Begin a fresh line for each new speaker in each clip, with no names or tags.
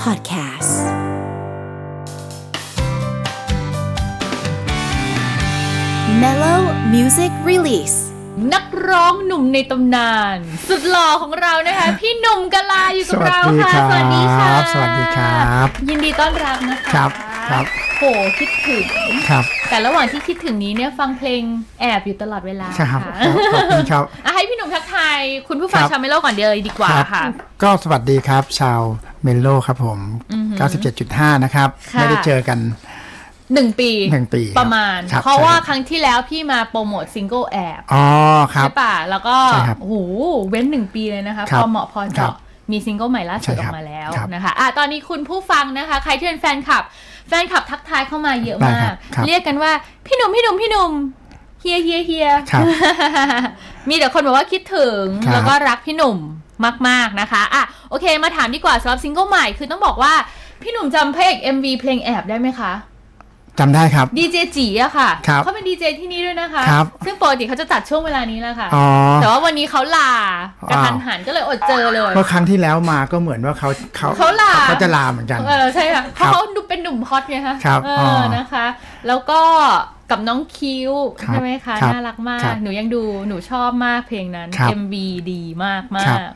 Podcast Mellow Music Release
นักร้องหนุ่มในตำนาน สุดหล่อของเรานะคะ พี่หนุ่มกะลาอยู่กับเราค่ะ
สวัสดีครับสวัสดีครับ
ยินดีต้อนรับนะคะ
ครับครับ
โหคิดถึง
ครับ
แต่ระหว่างที่คิดถึงนี้เนี่ยฟังเพลงแอบอยู่ตลอดเวลา
ครั
ะ
บครับขอบคุณครับ
อ่ะให้พี่หนุ่มทักทายคุณผู้ฟัง
ครับ
ชาวเมโลก่อนเดียวเลยดีกว่าค่ะ
ก็สวัสดีครับ ชาวเมโลครับผม
อือหือ
97.5 นะครับ
ค่ะ
ไม่ได้เจอกัน
หนึ่งปี
หนึ่งปีครับ
ประมาณ
ครับ
เพราะ
ใช่
ว่าครั้งที่แล้วพี่มาโปรโมทซิงเกิลแอบ
อ๋อครับ
ใช่ป่ะ แล้วก็
ใช่ครับ
โอ้โหเว้นหนึ่งปีเลยนะคะ
ครั
พ
บ
อเหมาะพอ
ครั
เจาะ
บ
มีซิงเกิลใหม่ล่าสุด
ใช่
ออ
ครับ
กมาแล้ว
ครับ
นะคะอ่ะตอนนี้คุณผู้ฟังนะคะ ใครที่เป็นแฟนคลับ แฟนคลับทักทายเข้ามาเยอะมาก
ได้ครับครับ
เรียกกันว่า พี่หนุ่มพี่หนุ่มพี่หนุ่มเฮียเฮียเฮีย
ครับ
มีแต่คนบอกว่าคิดถึง
ครับ
แล้วก็รักพี่หนุ่มมาก ๆ นะคะอ่ะโอเคมาถามดีกว่าสำหรับซิงเกิลใหม่คือต้องบอกว่าพี่หนุ่มจำพระเอก MV เพลงแอบได้ไหมคะ
จำได้ครับ
ดีเจจีอะค่ะ
ครับ
เขาเป็นดีเจที่นี่ด้วยนะคะ
ครับ
ซึ่งปกติเขาจะตัดช่วงเวลานี้แหล้วค่ะ
อ๋อ
แต่ว่าวันนี้เขาลากระทันหันก็เลยอดเจอเลย
เมื่อครั้งที่แล้วมาก็เหมือนว่าเขาเขา
เขาลา
เขาจะลาเหมือนกัน
เออใช่ค่ะเพราะเขาดูเป็นหนุ่มฮอตไงคะ
ครับ
เอ
อ๋
อ
อ
นะคะ แล้วก็กับน้องคิว
ครับ
ใช่ไหมคะ
ครับ
น่ารักมาก
ครับ
หนูยังดูหนูชอบมากเพลงนั้น
ครับ
MV ดีมากมา
ครั
ก
บ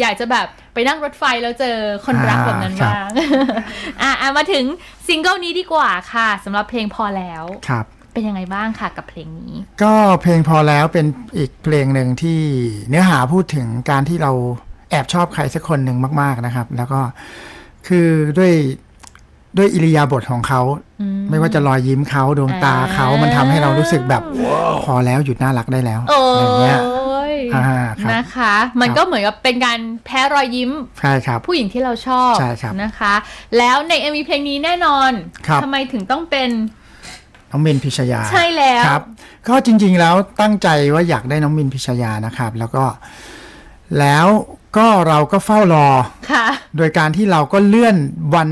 อยากจะแบบไปนั่งรถไฟแล้วเจอคนรักแบบนั้น
ครับ
บ้าง อ่ะอ่ะมาถึงซิงเกิลนี้ดีกว่าค่ะสำหรับเพลงพอแล้ว
ครับ
เป็นยังไงบ้างค่ะกับเพลงนี้
ก็เพลงพอแล้วเป็นอีกเพลงหนึ่งที่เนื้อหาพูดถึงการที่เราแอบชอบใครสักคนหนึ่งมาก ๆนะครับ แล้วก็คือด้วยด้วยอิริยาบถของเขา
อืม
ไม่ว่าจะรอยยิ้มเขาดวงตาเขา
อ่ามั
มันทำให้เรารู้สึกแบบพอแล้วหยุดน่ารักได้แล้ว
โอ้
อย่างเงี้ย
ย
อ่าครับ
นะคะ มันก็เหมือนกับเป็นการแพ้รอยยิ้ม
ใช่ครับ
ผู้หญิงที่เราชอบ
ใช่ครับ
นะคะ แล้วใน MV เพลงนี้แน่นอน
ครับ
ทำไมถึงต้องเป็น
น้องมินพิชยา
ใช่แล้ว
ครับ ก็จริง ๆ แล้วตั้งใจว่าอยากได้น้องมินพิชยานะครับ แล้วก็ แล้วก็เราก็เฝ้ารอ
ค่ะ
โดยการที่เราก็เลื่อนวัน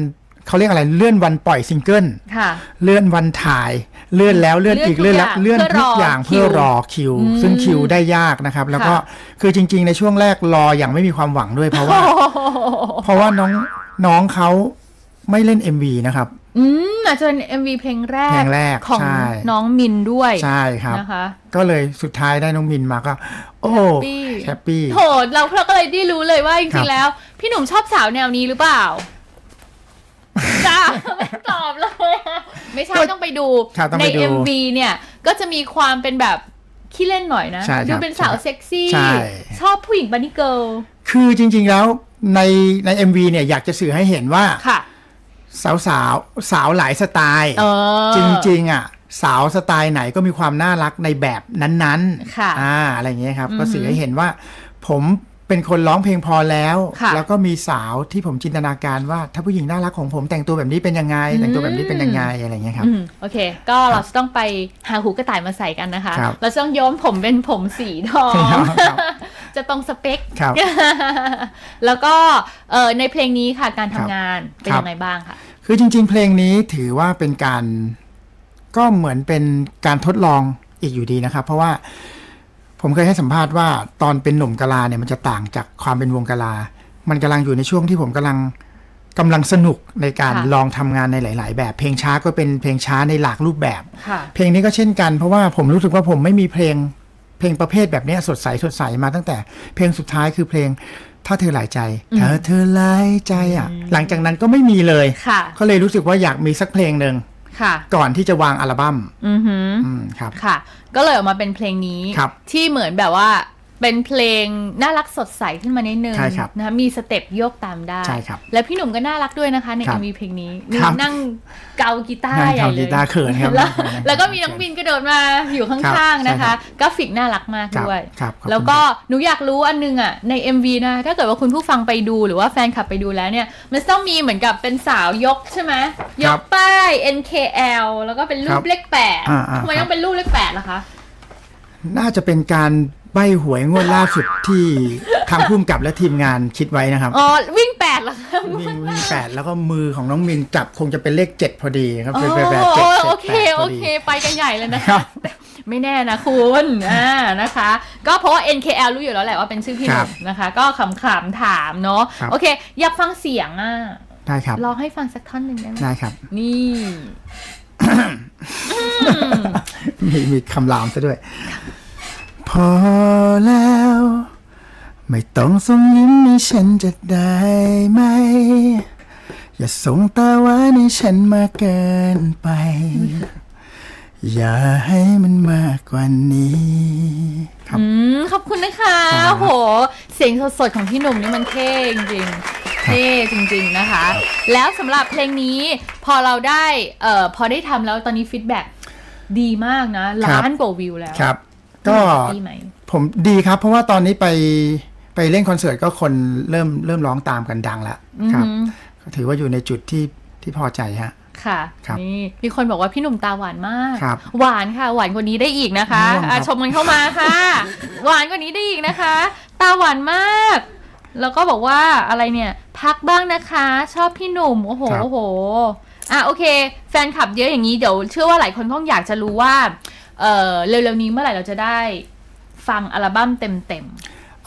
เขาเรียกอะไรเลื่อนวันปล่อยซิงเกิล
ค่ะ
เลื่อนวันถ่าย เลื่อนแล้วเลื่อนอีก
เลื่
เลื่
อ
อนน
ทุก
แล้ว
อย่าง
เลื่อนทุกอย่าง
เพื่
เพื่
อ
อ
ร
ร
อ
อ
คิ
คิ
ว
ว
อืม
ซึ่งคิวได้ยากนะครับ แล้วก็
ค่ะ
คือจริง ๆ ในช่วงแรกรออย่างไม่มีความหวังด้วย เพราะว่า
โอ้โห
เพราะว่าน้องน้องเขาไม่เล่น MV นะครับ
อืมอาจจะเป็น MV เพลงแรก
เพลงแรก
ของ
ใช่
น้องมินด้วย
ใช่ครับ
นะคะ
ก็เลยสุดท้ายได้น้องมินมาก็ โอ้
แฮปปี้
แฮปปี้
โหเราเราก็เลยได้รู้เลยว่าจ
ค
ริ
รั
งๆ
บ
แล้ว พี่หนุ่มชอบสาวแนวนี้หรือเปล่า จ้าไม่ตอบเลยอะไม่ใช่ต้องไปดู
ครับต้อง
ใน
ไปดู
MV เนี่ย ก็จะมีความเป็นแบบขี้เล่นหน่อยนะ
ใช่ครับ
ดูเป็นสาวเซ็กซี่
ใช่
ชอบผู้หญิงบันนี่เกิล
คือจริง ๆ แล้วในใน MV เนี่ยอยากจะสื่อให้เห็นว่า
ค่ะ
สาวสาวๆสาวหลายสไตล์
เออ
จริง ๆ อ่ะ สาวสไตล์ไหนก็มีความน่ารักในแบบนั้น
ค่ะ
ๆอ่าอะไรอย่างเงี้ยครับ
อือฮึ
ก็สื่อให้เห็นว่า ผมเป็นคนร้องเพลงพอแล้ว
ค่ะ
แล้วก็มีสาวที่ผมจินตนาการว่า ถ้าผู้หญิงน่ารักของผมแต่งตัวแบบนี้เป็นยังไง แต่งตัวแบบนี้เป็นยังไงอะไรอย่างเงี้ยครับ
อืมโอเค ก็เราจะต้องไปหาหูกระต่ายมาใส่กันนะคะ
ครับ
เราจะต้องย้อมผมเป็นผมสีทอง
ครับ
จะตรงสเปค
ครับ
แล้วก็เอ่อในเพลงนี้ค่ะการทำงานเป็น
ครับ
ยังไงบ้างค่ะ
คือจริง ๆ เพลงนี้ถือว่าเป็นการก็เหมือนเป็นการทดลองอีกอยู่ดีนะครับ เพราะว่าผมเคยให้สัมภาษณ์ว่าตอนเป็นหนุ่มกะลาเนี่ยมันจะต่างจากความเป็นวงกะลา มันกำลังอยู่ในช่วงที่ผมกำลังกำลังสนุกในการ
ค่ะ
ลองทำงานในหลาย ๆ แบบ เพลงช้าก็เป็นเพลงช้าในหลากรูปแบบ
ค่ะ
เพลงนี้ก็เช่นกันเพราะว่าผมรู้สึกว่าผมไม่มีเพลงเพลงประเภทแบบเนี้ยสดใสสดใสมาตั้งแต่เพลงสุดท้ายคือเพลงถ้าเธอหลายใจเธอเธอหลายใจอ่ะ หลังจากนั้นก็ไม่มีเลย
ค่ะ
ก็เลยรู้สึกว่าอยากมีสักเพลงหนึ่ง
ค่ะ
ก่อนที่จะวางอัลบั้ม
อือหือ
อืมครับ
ค่ะ ก็เลยออกมาเป็นเพลงนี้
ครับ
ที่เหมือนแบบว่าเป็นเพลงน่ารักสดใสขึ้นมานิดนึง
ใช่ครับ
นะคะมีสเต็ปโยกตามได้
ใช่ครับ
และพี่หนุ่มก็น่ารักด้วยนะคะ ใน
ครับ
MV เพลงนี้มี
ครับ
นั่งเกากีตาร์
นั่ง
ใหญ่
เกา
เลย
กีตาร์เขินครับ
แล้ว
นั่งเกากีตาร์
แล้วก็มีน้องบินกระโดดมาอยู่
ครั้
ขา
บ
งๆนะ
ใช่ครั
คะ
บ
กราฟิกน่ารักมาก
ครับ
ด้วย
ครับขอบคุณ
แล้วก็หนูอยากรู้อันนึงอ่ะใน MV นะถ้าเกิดว่าคุณผู้ฟังไปดูหรือว่าแฟนคลับไปดูแล้วเนี่ยมันจะต้องมีเหมือนกับเป็นสาวยกใช่ไหมย
ครั
ก
บ
ป้าย NKL แล้วก็เป็นรู
ครั
ป
บ
เลขแปด
อ่าๆ
ทำไม
ค
ต้
รับ
องเป็นรูปเลขแปดล่ะคะ
น่าจะเป็นการใบหวยงวดล่าสุดที่ทางพุ่มกับและทีมงานคิดไว้นะครับ
อ๋อวิ่งแปดเหรอคะ
วิ่งวิ่งแปดแล้วก็มือของน้องมินจับคงจะเป็นเลขเจ็ดพอดีครับ
โอ้
เป็นแบบแบบเจ็ด
โอ
เจ็ด
เค
แปดพ
โอ
อดี
เค ไปกันใหญ่เลยนะ
ครั
คะ
บ
แต่ไม่แน่นะคุณอ่านะคะ ก็เพราะว่า NKL รู้อยู่แล้วแหละว่าเป็นชื่อพี่ห
ครั
นุ่
บ
มนะคะ ก็ขำๆถามเนาะ
ครับ
โอเค อยากฟังเสียงอ่ะ
ได้ครับ
ลองให้ฟังสักท่อนหนึ่งได้ไหม
ได้ครับ
นี่
มีมีคำรามซะด้วย พอแล้ว ไม่ต้องส่งยิ้มให้ฉันจะได้ไหม อย่าส่งตาหวานให้ฉันมากเกินไป อย่าให้มันมากกว่านี้ ครับ
อืมขอบคุณนะคะโห เสียงสดๆ ของพี่หนุ่มนี่มันเท่จริงๆเท่จริงๆนะคะ แล้วสำหรับเพลงนี้พอเราได้เอ่อพอได้ทำแล้วตอนนี้ฟีดแบ็กดีมากนะ
ครั
ล้า
บ
นกว่าวิวแล้ว
ครับ ก็
ดีไหม
ผมดีครับ เพราะว่าตอนนี้ไปไปเล่นคอนเสิร์ตก็คนเริ่มเริ่มร้องตามกันดังแล้วครับ
อือหื
ถือว่าอยู่ในจุดที่ที่พอใจฮะ
ค่ะ
ครับ
นี่มีคนบอกว่าพี่หนุ่มตาหวานมาก
ครับ
หวานค่ะ หวานกว่านี้ได้อีกนะคะ
ง่วงครับ
อ่ะชมกันเข้ามาค่ะ หวานกว่านี้ได้อีกนะคะ ตาหวานมาก แล้วก็บอกว่าอะไรเนี่ย พักบ้างนะคะ ชอบพี่หนุ่มโอ้โหโอ้โหอ่ะโอเค แฟนคลับเยอะอย่างนี้เดี๋ยวเชื่อว่าหลายคนต้องอยากจะรู้ว่าเออเร็วๆนี้เมื่อไหร่เราจะได้ฟังอัลบั้มเต็ม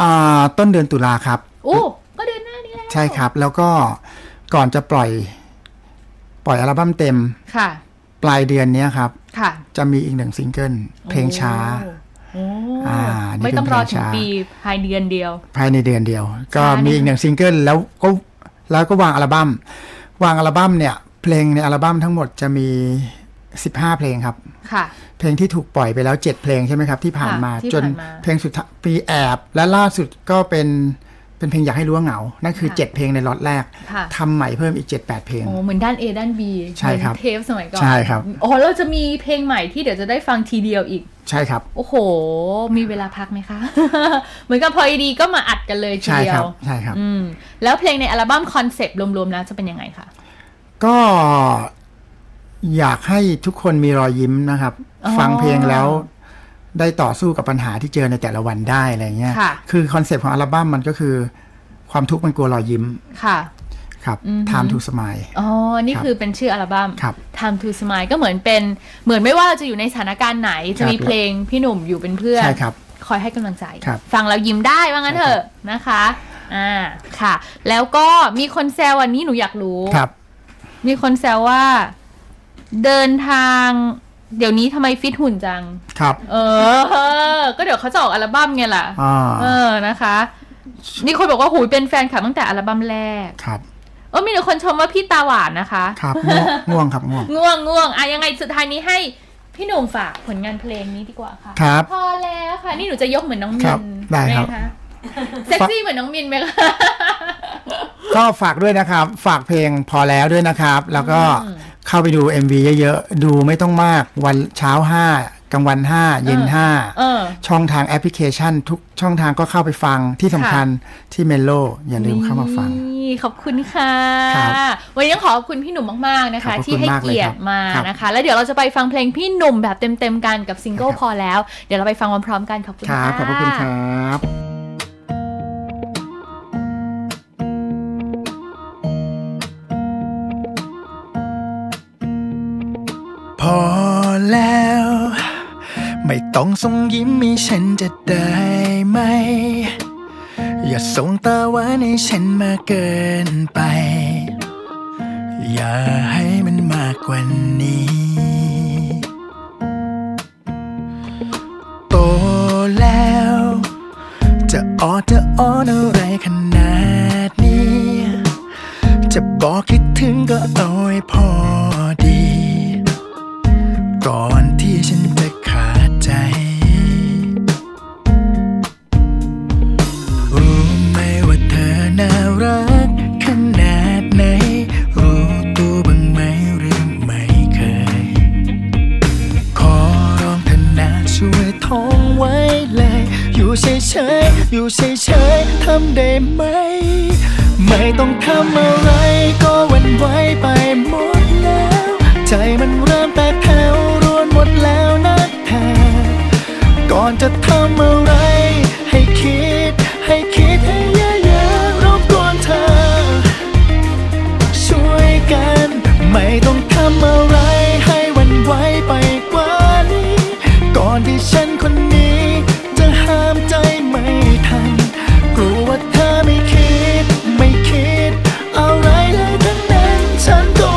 อ่าต้นเดือนตุลาครับ
ๆอู้ก็เดือนหน้านี้แล้ว
ใช่ครับ แล้วก็ก่อนจะปล่อย ปล่อยอัลบั้มเต็ม
ค่ะ
ปลายเดือนเนี้ยครับ
ค่ะ
จะมีอีกหนึ่งซิงเกิลเพลงช้า
โอ้
อ่านี่
ไม่ต้องรอถึง
เป็นเพลงช้า
ปีภายเดือนเดียว
ภายในเดือนเดียว ก็
ช้า
มี
นะ
อีกหนึ่งซิงเกิลแล้วก็แล้วก็วางอัลบัม้มวางอัลบั้มเนี่ย เพลงในอัลบั้มทั้งหมดจะมี 15 เพลงครับ
ค่ะ
เพลงที่ถูกปล่อยไปแล้ว 7 เพลงใช่ไหมครับ ที่ผ่านมา
ค่ะที่
จน
ผ่านมา
เพลงสุดท้ายปีแอบ และล่าสุดก็เป็นเป็นเพลงอยากให้รู้ว่าเหงา นั่นคือ
ค่ะ
7 เพลงในล็อตแรก
ค่ะ
ทำใหม่เพิ่มอีก 7-8 เพลง
โอ้เหมือนด้าน A ด้าน B
ใช่ครับ
เหมือนเทปสมัยก่อน
ใช่ครับ
โอ้เราจะมีเพลงใหม่ที่เดี๋ยวจะได้ฟังทีเดียวอีก
ใช่ครับ
โอ้โห มีเวลาพักไหมคะ เหมือนกับพอดีก็มาอัดกันเลยที
ใช่
เดี
ค
ย
รั
ว
บใช่ครับ
อืมแล้วเพลงในอัลบั้มคอนเซปต์รวมๆแล้วจะเป็นยังไงคะ
ก็อยากให้ทุกคนมีรอยยิ้มนะครับ ฟังเพลงแล้วได้ต่อสู้กับปัญหาที่เจอในแต่ละวันได้อะไรเงี้ยคือคอนเซปต์ของอัลบั้มมันก็คือ ความทุกข์มันกลัวรอยยิ้ม
ค่ะ
ครับ time to smile
อ๋อ นี่
ครับ
คือเป็นชื่ออัลบัม้ม
ครับ
Time to Smile ก็เหมือนเป็นเหมือนไม่ว่าเราจะอยู่ในสถานการณ์ไหน จะมีเพลงพี่หนุ่มอยู่เป็นเพื่อน
ใช่ครับ
คอยให้กำลังใจ
ครับ
ฟังแล้วยิ้มได้ว่างั้นเถอะนะคะ อ่า ค่ะ แล้วก็มีคนแซวอันนี้หนูอยากรู้
ครับ
มีคนแซวว่า เดินทาง เดี๋ยวนี้ทำไมฟิตหุ่นจัง
ครับ
เออ ก็เดี๋ยวเขาจะออกอัลบั้มไงล่ะ
อ่า
เออ นะคะ มีคนบอกว่าหูยเป็นแฟนคลับตั้งแต่อัลบั้มแรก
ครับ
เออมีหนึ่งคนชมว่าพี่ตาหวานนะคะ
ครับง่วงง่วงครับง่วง
ง่วงง่วงอะยังไงสุดท้ายนี้ให้พี่หนุ่มฝากผลงานเพลงนี้ดีกว่าค่ะ
ครับ
พอแล้วค่ะ นี่หนูจะยกเหมือนน้องมิ
คน รับได้ครับ
ห มะเซ็กซี่เหมือนน้องมินไหมคะ
ก็ฝากด้วยนะครับ ฝากเพลงพอแล้วด้วยนะครับ แล้วก็เข้าไปดู MV เยอะๆ ดูไม่ต้องมากวันเช้า 5 กลางวัน 5 เย็น
เออ
5 ช่องทางแอปพลิเคชัน ทุกช่องทางก็เข้าไปฟังที่สำคัญที่เมโลอย่าลืมเข้ามาฟัง
นี่ขอบคุณค่ะ
ครับ
วันนี้ต้องขอขอบคุณพี่หนุ่มมากๆนะ
ครั
คะ
บขอบคุณ
ที่ให้เกียรติมา
ครับ
นะคะ แล้วเดี๋ยวเราจะไปฟังเพลงพี่หนุ่มแบบเต็มๆกันกับซิงเกิล
ครับ
พอแล้ว เดี๋ยวเราไปฟังพร้อมๆกันขอบคุณ
ครั
ค่ะ
บ ขอบพระคุณครับ พอแล้ว ไม่ต้องส่งยิ้มให้ฉันจะได้ไหม อย่าส่งตาหวานให้ฉันมากเกินไป อย่าให้มันมากกว่านี้ โตแล้ว จะออดจะอ้อนอะไรขนาดนี้ จะบอกคิดถึงก็เอาไว้พอดี ก่อนที่ฉันจะขาดใจ รู้ไหมว่าเธอน่ารักขนาดไหน รู้ตัวบ้างไหมหรือไม่เคย ขอร้องเธอนะช่วยท้องไว้เลย อยู่เฉยๆ อยู่เฉยๆ ทำได้ไหม ไม่ต้องทำอะไรก็หวันไหวไปหมดแล้ว ใจมันเริ่มแตกแถวรวนหมดแล้วนะเธอ ก่อนจะทำอะไร ให้คิด ให้คิดให้เยอะๆรบกวนเธอ ช่วยกัน ไม่ต้องทำอะไรให้หวันไหวไปกว่านี้ ก่อนที่ฉันคนนี้ จะห้ามใจไม่ทัน กลัวว่าเธอไม่คิด ไม่คิด อะไรเลยทั้งนั้น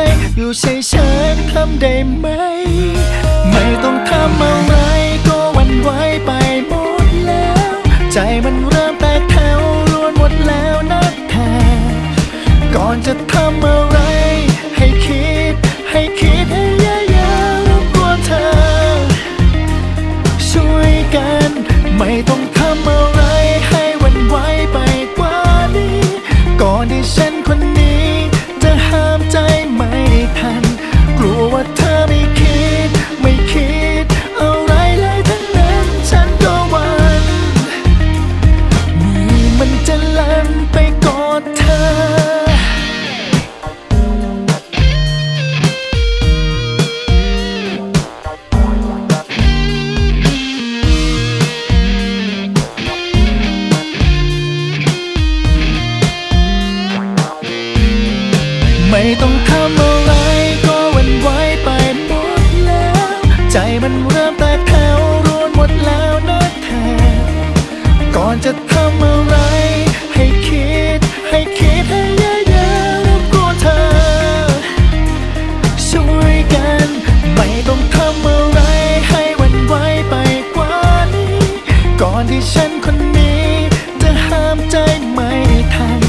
ามได้ไหม ไม่ต้องทำอะไรก็หวันไหวไปหมดแล้ว ใจมันเริ่มแตกแถวรวนหมดแล้วนะแท้ก่อนจะทำอะไร ให้คิด ให้คิดให้เยอะๆรบกวนเธอ ช่วยกัน ไม่ต้องทำอะไรให้หวันไหวไปกว่านี้ ก่อนที่ฉันคนนี้ จะห้ามใจไม่ทัน กลัวว่าเธอไม่คิด ไม่คิด อะไรเลยทั้งนั้นฉันก็หวัน มือมันจะลั่นไปกอดเธอ ไม่ต้องทำอะไรก็หวันไหวไปหมดแล้ว ใจมันเริ่มแตกแถวรวนหมดแล้วนะเธอ ก่อนจะทำอะไร ให้คิด ให้คิดให้เยอะๆรบกวนเธอ ช่วยกัน ไม่ต้องทำอะไรให้หวันไหวไปกว่านี้ ก่อนที่ฉันคนนี้ จะห้ามใจไม่ทัน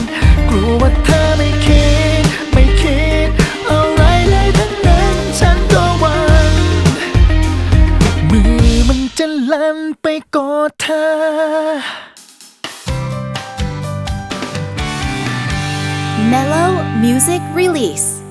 กลัวว่าเธอไม่คิด ไม่คิด อะไรเลยทั้งนั้นฉันก็หวัง มือมันจะลั่นไปกอดเธอ
Mellow Music Release.